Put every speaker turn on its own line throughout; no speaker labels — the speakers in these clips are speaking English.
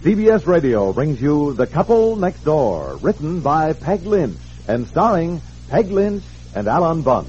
CBS Radio brings you The Couple Next Door, written by Peg Lynch and starring Peg Lynch and Alan Bunce.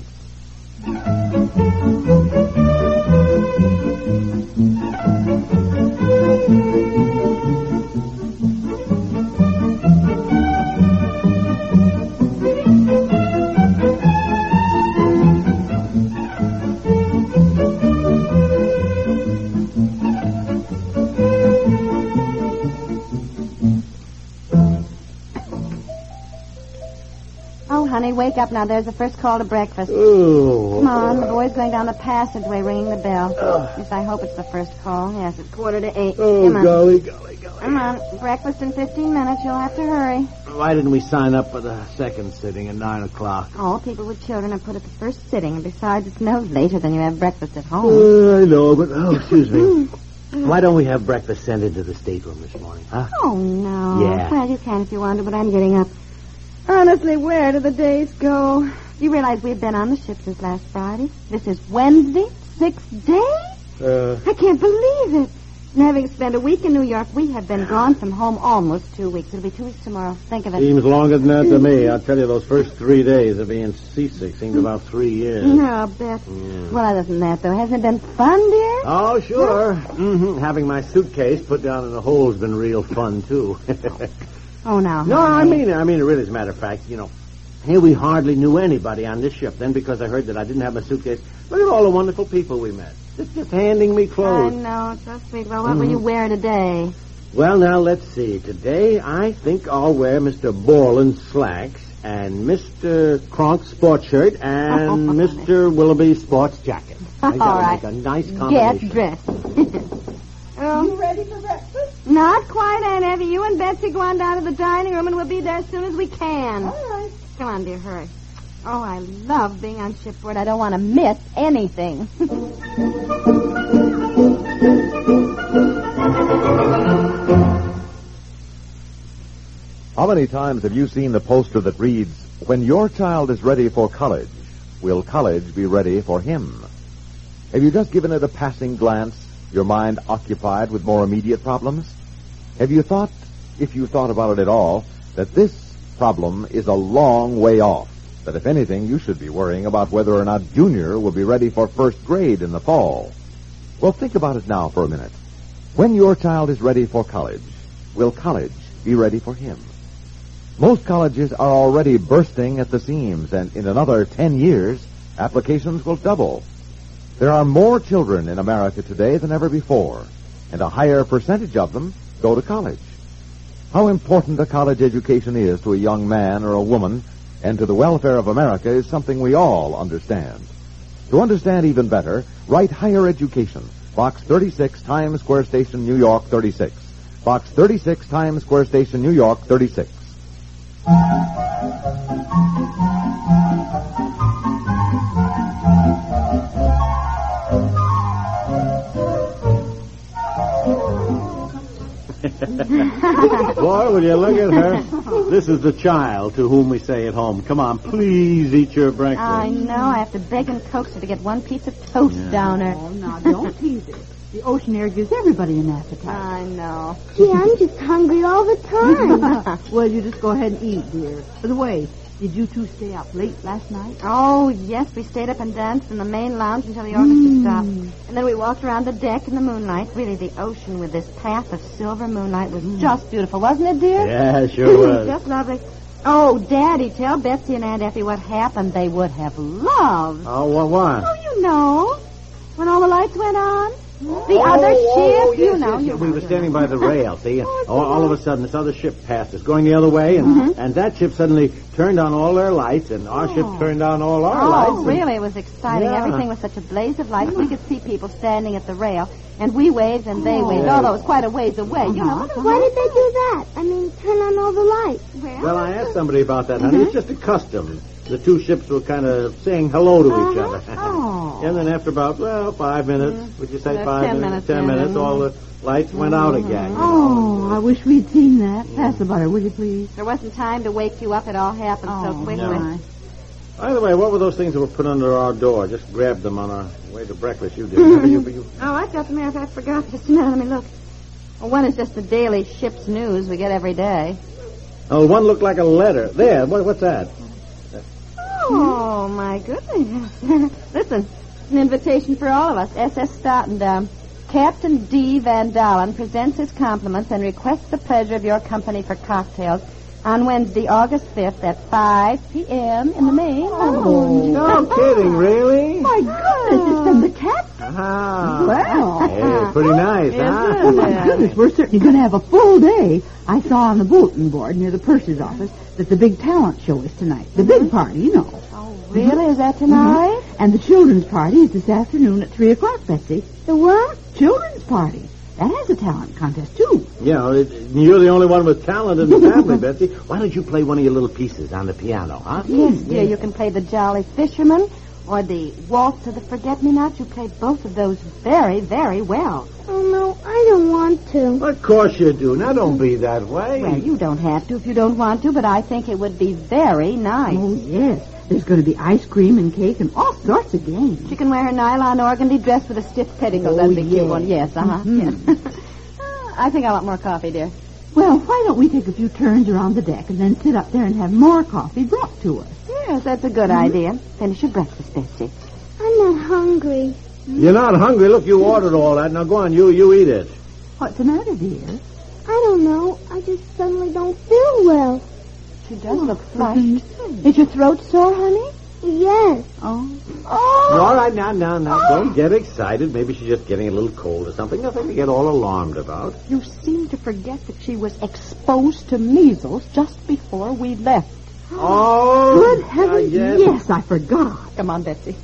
Oh, honey, wake up now. There's the first call to breakfast.
Ooh.
Come
Ah.
on, the boy's going down the passageway ringing the bell. Yes, I hope it's the first call. Yes, it's quarter to eight.
Oh,
Come on.
golly, golly, golly.
Come on. Breakfast in 15 minutes. You'll have to hurry.
Why didn't we sign up for the second sitting at 9 o'clock?
All people with children are put at the first sitting, and besides, it's no later than you have breakfast at home.
Uh, I know, but, oh, excuse me. Why don't we have breakfast sent into the stateroom this morning, huh?
Oh, no.
Yeah.
Well, you can if you want to, but I'm getting up. Honestly, where do the days go? Do you realize we've been on the ship since last Friday? This is Wednesday, six days?
Uh,
I can't believe it. And having spent a week in New York, we have been gone from home almost two weeks. It'll be two weeks tomorrow. Think of it.
seems longer than that to me. I'll tell you, those first three days of being seasick seemed about three years.
No, Beth. Well, other than that, though, hasn't it been fun, dear?
Oh, sure. hmm Having my suitcase put down in the hole's been real fun, too.
Oh, now.
No, I mean, I mean, really, as a matter of fact, you know, here we hardly knew anybody on this ship. Then, because I heard that I didn't have my suitcase, look at all the wonderful people we met. Just, just handing me
I
clothes.
know. It's so sweet. Well, what
Mm-hmm.
will you wear today?
Well, now let's see. Today, I think I'll wear Mister Borland's slacks and Mister Cronk's sports shirt and Mister Willoughby's sports jacket. I
All
gotta
right.
make a nice
Get
combination.
dressed. Are you ready for breakfast? Oh. Not quite, Aunt Evie. You and Betsy go on down to the dining room, and we'll be there as soon as we can. All right. Come on, dear, hurry. Oh, I love being on shipboard. I don't want to miss anything.
How many times have you seen the poster that reads, When your child is ready for college, will college be ready for him? Have you just given it a passing glance, your mind occupied with more immediate problems? Have you thought, if you thought about it at all, that this problem is a long way off? That if anything, you should be worrying about whether or not Junior will be ready for first grade in the fall. Well, think about it now for a minute. When your child is ready for college, will college be ready for him? Most colleges are already bursting at the seams, and in another 10 years, applications will double. There are more children in America today than ever before, and a higher percentage of them go to college. How important a college education is to a young man or a woman and to the welfare of America is something we all understand. To understand even better, write Higher Education, Box 36, Times Square Station, New York 36. Box 36, Times Square Station, New York 36.
Boy, will you look at her. This is the child to whom we say at home, come on, please eat your breakfast.
I know. I have to beg and coax her to get one piece of toast down her.
Oh, now, don't tease her. The ocean air gives everybody an appetite.
I know.
Gee, I'm just hungry all the time.
well, you just go ahead and eat, dear. By the way, did you two stay up late last night?
Oh, yes, we stayed up and danced in the main lounge until the orchestra stopped. And then we walked around the deck in the moonlight. Really, the ocean with this path of silver moonlight was just beautiful, wasn't it, dear?
Yeah, sure was.
Just lovely. Oh, Daddy, tell Betsy and Aunt Effie what happened. They would have loved.
Oh, what, what?
Oh, you know. When all the lights went on. The other ship,
oh,
you
yes,
know.
yes,
you
yes. we
know,
were
you
standing
know.
by the rail, see? and all, all of a sudden, this other ship passed us, going the other way, and, and that ship suddenly turned on all their lights, and our ship turned on all our lights.
Oh,
and-
really? It was exciting.
Yeah.
Everything was such a blaze of lights. We could see people standing at the rail, and we waved and they waved, although it was quite a ways away. You know,
Why did they do that? I mean, turn on all the lights.
Well, I asked somebody about that, honey. It's just a custom. The two ships were kind of saying hello to each other.
Oh.
and then after about, well, five minutes, would you say
Uh,
five
ten minutes,
minutes, ten
yeah.
minutes, all the lights went out again.
Oh, I wish we'd seen that. Pass the butter, will you please? Oh,
there wasn't time to wake you up. It all happened so quickly.
my.
By the way, what were those things that were put under our door? Just grabbed them on our way to breakfast. You did. remember? you, you,
Oh, I've got the matter of fact. I forgot. Just a minute. Let me look. Well, one is just the daily ship's news we get every day.
oh, one looked like a letter. There. What, what's that?
Oh, my goodness. Listen, an invitation for all of us. SS Stottendam. um, Captain D. Van Dalen presents his compliments and requests the pleasure of your company for cocktails on Wednesday, August 5th at 5 p.m. in the main. Oh,
No kidding, really?
my goodness. It's from the captain.
Ah.
Well,
Hey, pretty nice, huh?
oh my goodness, we're certainly going to have a full day. I saw on the bulletin board near the purser's office that the big talent show is tonight. The big party, you know.
Mm-hmm. Oh, Really? Is that tonight?
And the children's party is this afternoon at 3 o'clock, Betsy. The what? Children's party. That has a talent contest, too.
Yeah, it, you're the only one with talent in the family, Betsy. Why don't you play one of your little pieces on the piano, huh?
Yes,
Hmm,
dear. You can play the Jolly Fisherman or the Waltz of the Forget Me Not. You play both of those very, very well.
Oh, no, I don't want to.
Of course you do. Now don't be that way.
Well, you don't have to if you don't want to, but I think it would be very nice.
Oh, yes. There's going to be ice cream and cake and all sorts of games.
She can wear her nylon organdy dress with a stiff petticoat.
Oh,
That'd be cute
yes.
one. Yes, uh-huh.
Mhm.
yes.
Mm-hmm.
Uh, I think I want more coffee, dear.
Well, why don't we take a few turns around the deck and then sit up there and have more coffee brought to us?
Yes, that's a
Mm-hmm.
good idea. Finish your breakfast, Betsy.
I'm not hungry.
You're not hungry. Look, you ordered all that. Now go on, you you eat it.
What's the matter, dear?
I don't know. I just suddenly don't feel well. Oh, mm-hmm.
She does look flushed. Is your throat sore, honey?
Yes.
Oh,
All right, now, now, now, don't get excited. Maybe she's just getting a little cold or something. Nothing to get all alarmed about.
You seem to forget that she was exposed to measles just before we left.
Oh,
good
uh,
heavens.
yes.
yes, I forgot.
Come on, Betsy.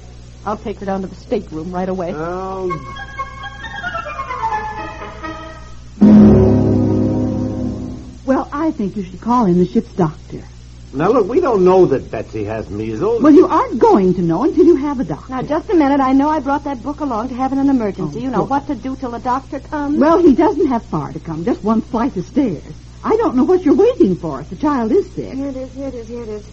I'll take her down to the stateroom right away.
Oh,
Well, I think you should call in the ship's doctor.
now look, we don't know that Betsy has measles.
Well, you aren't going to know until you have a doctor.
Now, just a minute. I know I brought that book along to have in an
Oh,
emergency. you know what to do till the doctor comes.
Well, he doesn't have far to come, just one flight of stairs. I don't know what you're waiting for if the child is sick.
Here it is, here it is, here it is.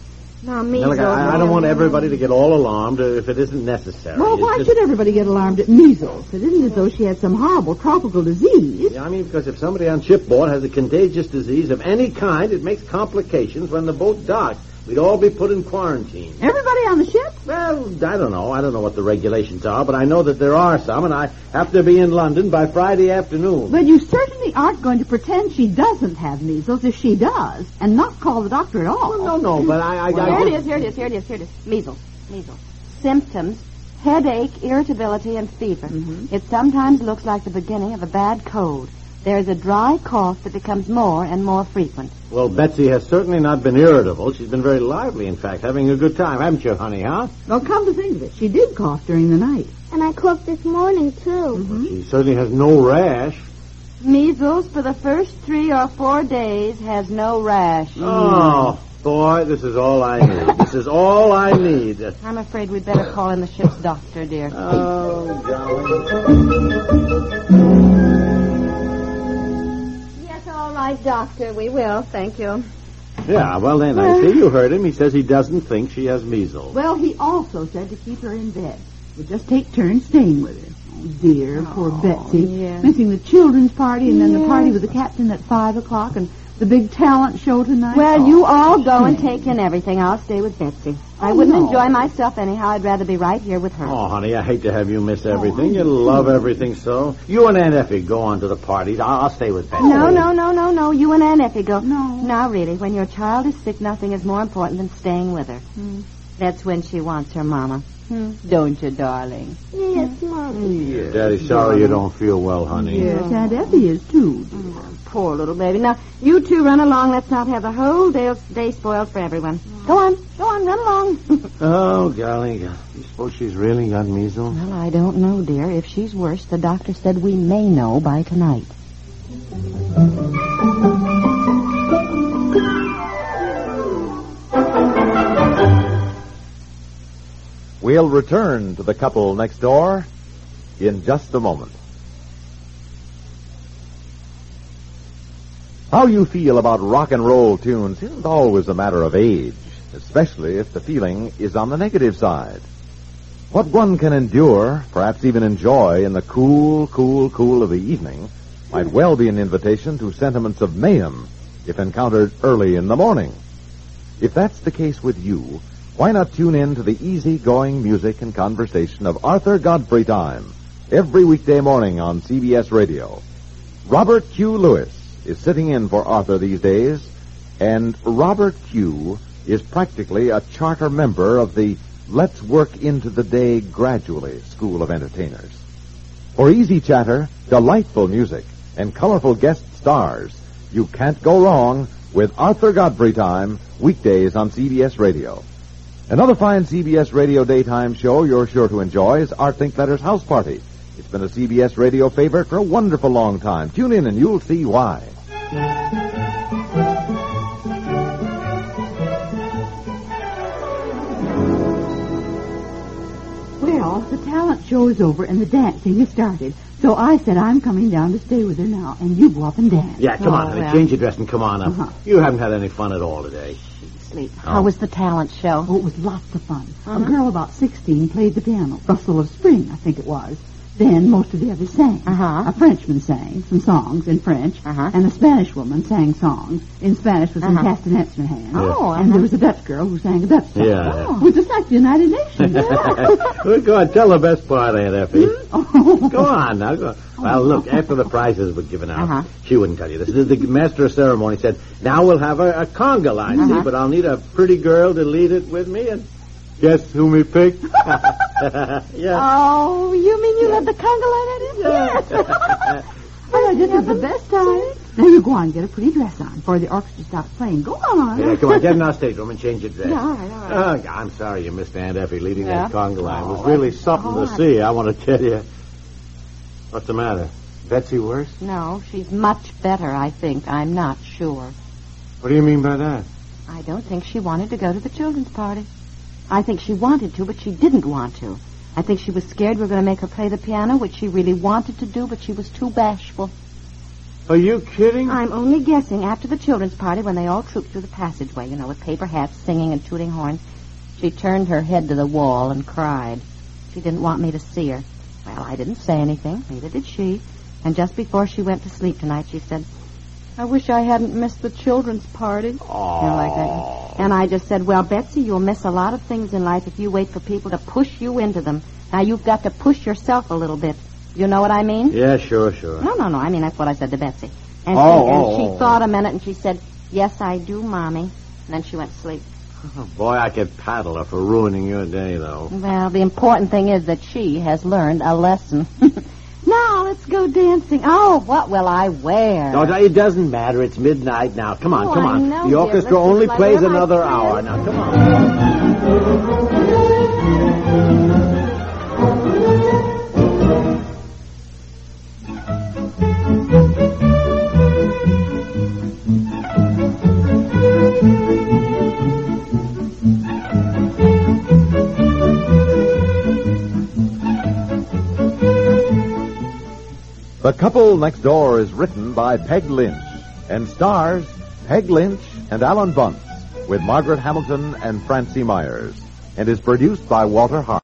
Now,
Now,
measles.
look, I, I don't want everybody to get all alarmed uh, if it isn't necessary.
Well,
It's
why
just-
should everybody get alarmed at measles? It isn't as though she had some horrible tropical disease.
Yeah, I mean, because if somebody on shipboard has a contagious disease of any kind, it makes complications when the boat docks. We'd all be put in quarantine.
Everybody on the ship?
Well, I don't know. I don't know what the regulations are, but I know that there are some, and I have to be in London by Friday afternoon.
But you certainly aren't going to pretend she doesn't have measles if she does, and not call the doctor at all.
No, no, but I... I,
here
I
it is, here it is, here it is, here it is. Measles. Measles. Symptoms. Headache, irritability, and fever.
Mm-hmm.
It sometimes looks like the beginning of a bad cold. There is a dry cough that becomes more and more frequent.
Well, Betsy has certainly not been irritable. She's been very lively, in fact, having a good time, haven't you, honey, huh?
Well, come to think of it, she did cough during the night.
And I cooked this morning, too.
She certainly has no rash.
Measles for the first three or four days has no rash.
Oh, boy, this is all I need. this is all I need.
I'm afraid we'd better call in the ship's doctor, dear.
Oh, golly.
Yes, all right. right, Doctor. We will. Thank you.
Yeah, well, then, I see you heard him. He says he doesn't think she has measles.
Well, he also said to keep her in bed. We'll just take turns staying with her. Oh, dear, poor Betsy.
yes.
Missing the children's party and then the party
Yes.
with the captain at 5 o'clock and the big talent show tonight.
Well,
Oh,
you all go and
shame.
take in everything. I'll stay with Betsy. I
Oh,
wouldn't
no.
enjoy myself anyhow. I'd rather be right here with her.
Oh, honey, I hate to have you miss everything. You love everything so. You and Aunt Effie go on to the parties. I'll, I'll stay with Betsy.
No, no, no, no, no. You and Aunt Effie go.
No.
Now, really, when your child is sick, nothing is more important than staying with her. That's when she wants her mama. Don't you, darling?
Yes, Mom.
Daddy, sorry you don't feel well, honey.
Yes, Aunt Effie is too.
Poor little baby. Now, you two run along. Let's not have the whole day, day spoiled for everyone. Go on. Go on. Run along.
Oh, golly. You suppose she's really got measles?
well, I don't know, dear. If she's worse, the doctor said we may know by tonight.
We'll return to the couple next door in just a moment. How you feel about rock and roll tunes isn't always a matter of age, especially if the feeling is on the negative side. What one can endure, perhaps even enjoy, in the cool, cool, cool of the evening might well be an invitation to sentiments of mayhem if encountered early in the morning. If that's the case with you, why not tune in to the easy-going music and conversation of Arthur Godfrey Time every weekday morning on CBS Radio? Robert Q. Lewis is sitting in for Arthur these days, and Robert Q. is practically a charter member of the Let's Work Into the Day Gradually School of Entertainers. For easy chatter, delightful music, and colorful guest stars, you can't go wrong with Arthur Godfrey Time, weekdays on CBS Radio. Another fine CBS Radio daytime show you're sure to enjoy is Art Linkletter's House Party. It's been a CBS Radio favorite for a wonderful long time. Tune in and you'll see why.
Well, the talent show is over and the dancing has started. So I said I'm coming down to stay with her now, and you go up and dance.
Yeah, come on,
Oh,
honey.
well.
Change your dress and come on up.
Uh-huh.
You haven't had any fun at all today.
Sleep. Oh. How was the talent show?
Oh, it was lots of fun.
Uh-huh.
A girl about 16 played the piano, Rustle of Spring, I think it was. Then most of the others sang.
Uh-huh.
A Frenchman sang some songs in French,
Uh-huh.
and a Spanish woman sang songs in Spanish with some
Uh-huh.
castanets in her hand.
Oh,
and there was a Dutch girl who sang a Dutch song.
Yeah.
Oh, It was just like the United Nations.
Well, go on, tell the best part, Aunt Effie.
Hmm?
oh.
Go on now. Go. Well, look, after the prizes were given out,
Uh-huh.
she wouldn't tell you this. The, the master of ceremony said, now we'll have a, a conga line, see,
Uh-huh.
but I'll need a pretty girl to lead it with me, and guess who we picked? yeah.
Oh, you mean you let the conga line at him? Yes.
Well, I did have the best time. Now you go on and get a pretty dress on before the orchestra stops playing. Go on.
Yeah, come on, get in our stateroom and change your dress.
Yeah, all right, all right. Oh,
Oh, I'm sorry you missed Aunt Effie leading
Yeah.
that conga line. It was really something to see, I want to tell you. What's the matter? Betsy worse?
No, she's much better, I think. I'm not sure.
What do you mean by that?
I don't think she wanted to go to the children's party. I think she wanted to, but she didn't want to. I think she was scared we were going to make her play the piano, which she really wanted to do, but she was too bashful.
Are you kidding?
I'm only guessing after the children's party, when they all trooped through the passageway, you know, with paper hats, singing and tooting horns, she turned her head to the wall and cried. She didn't want me to see her. Well, I didn't say anything, neither did she. And just before she went to sleep tonight, she said, I wish I hadn't missed the children's party. You know, like that. And I just said, Well, Betsy, you'll miss a lot of things in life if you wait for people to push you into them. Now, you've got to push yourself a little bit. You know what I mean?
Yeah, sure, sure.
No, no, no. I mean, that's what I said to Betsy. And she, and
Oh, oh,
she
oh.
thought a minute and she said, Yes, I do, Mommy. And then she went to sleep.
Boy, I could paddle her for ruining your day, though.
Well, the important thing is that she has learned a lesson. now, let's go dancing. Oh, what will I wear?
No, it doesn't matter. It's midnight now. Come on,
Oh,
come
I
on.
know,
the
dear.
orchestra
Listen,
only
like,
plays
where am I
another
playing?
hour. Now, come on.
The Couple Next Door is written by Peg Lynch and stars Peg Lynch and Alan Bunce with Margaret Hamilton and Francie Myers and is produced by Walter Hart.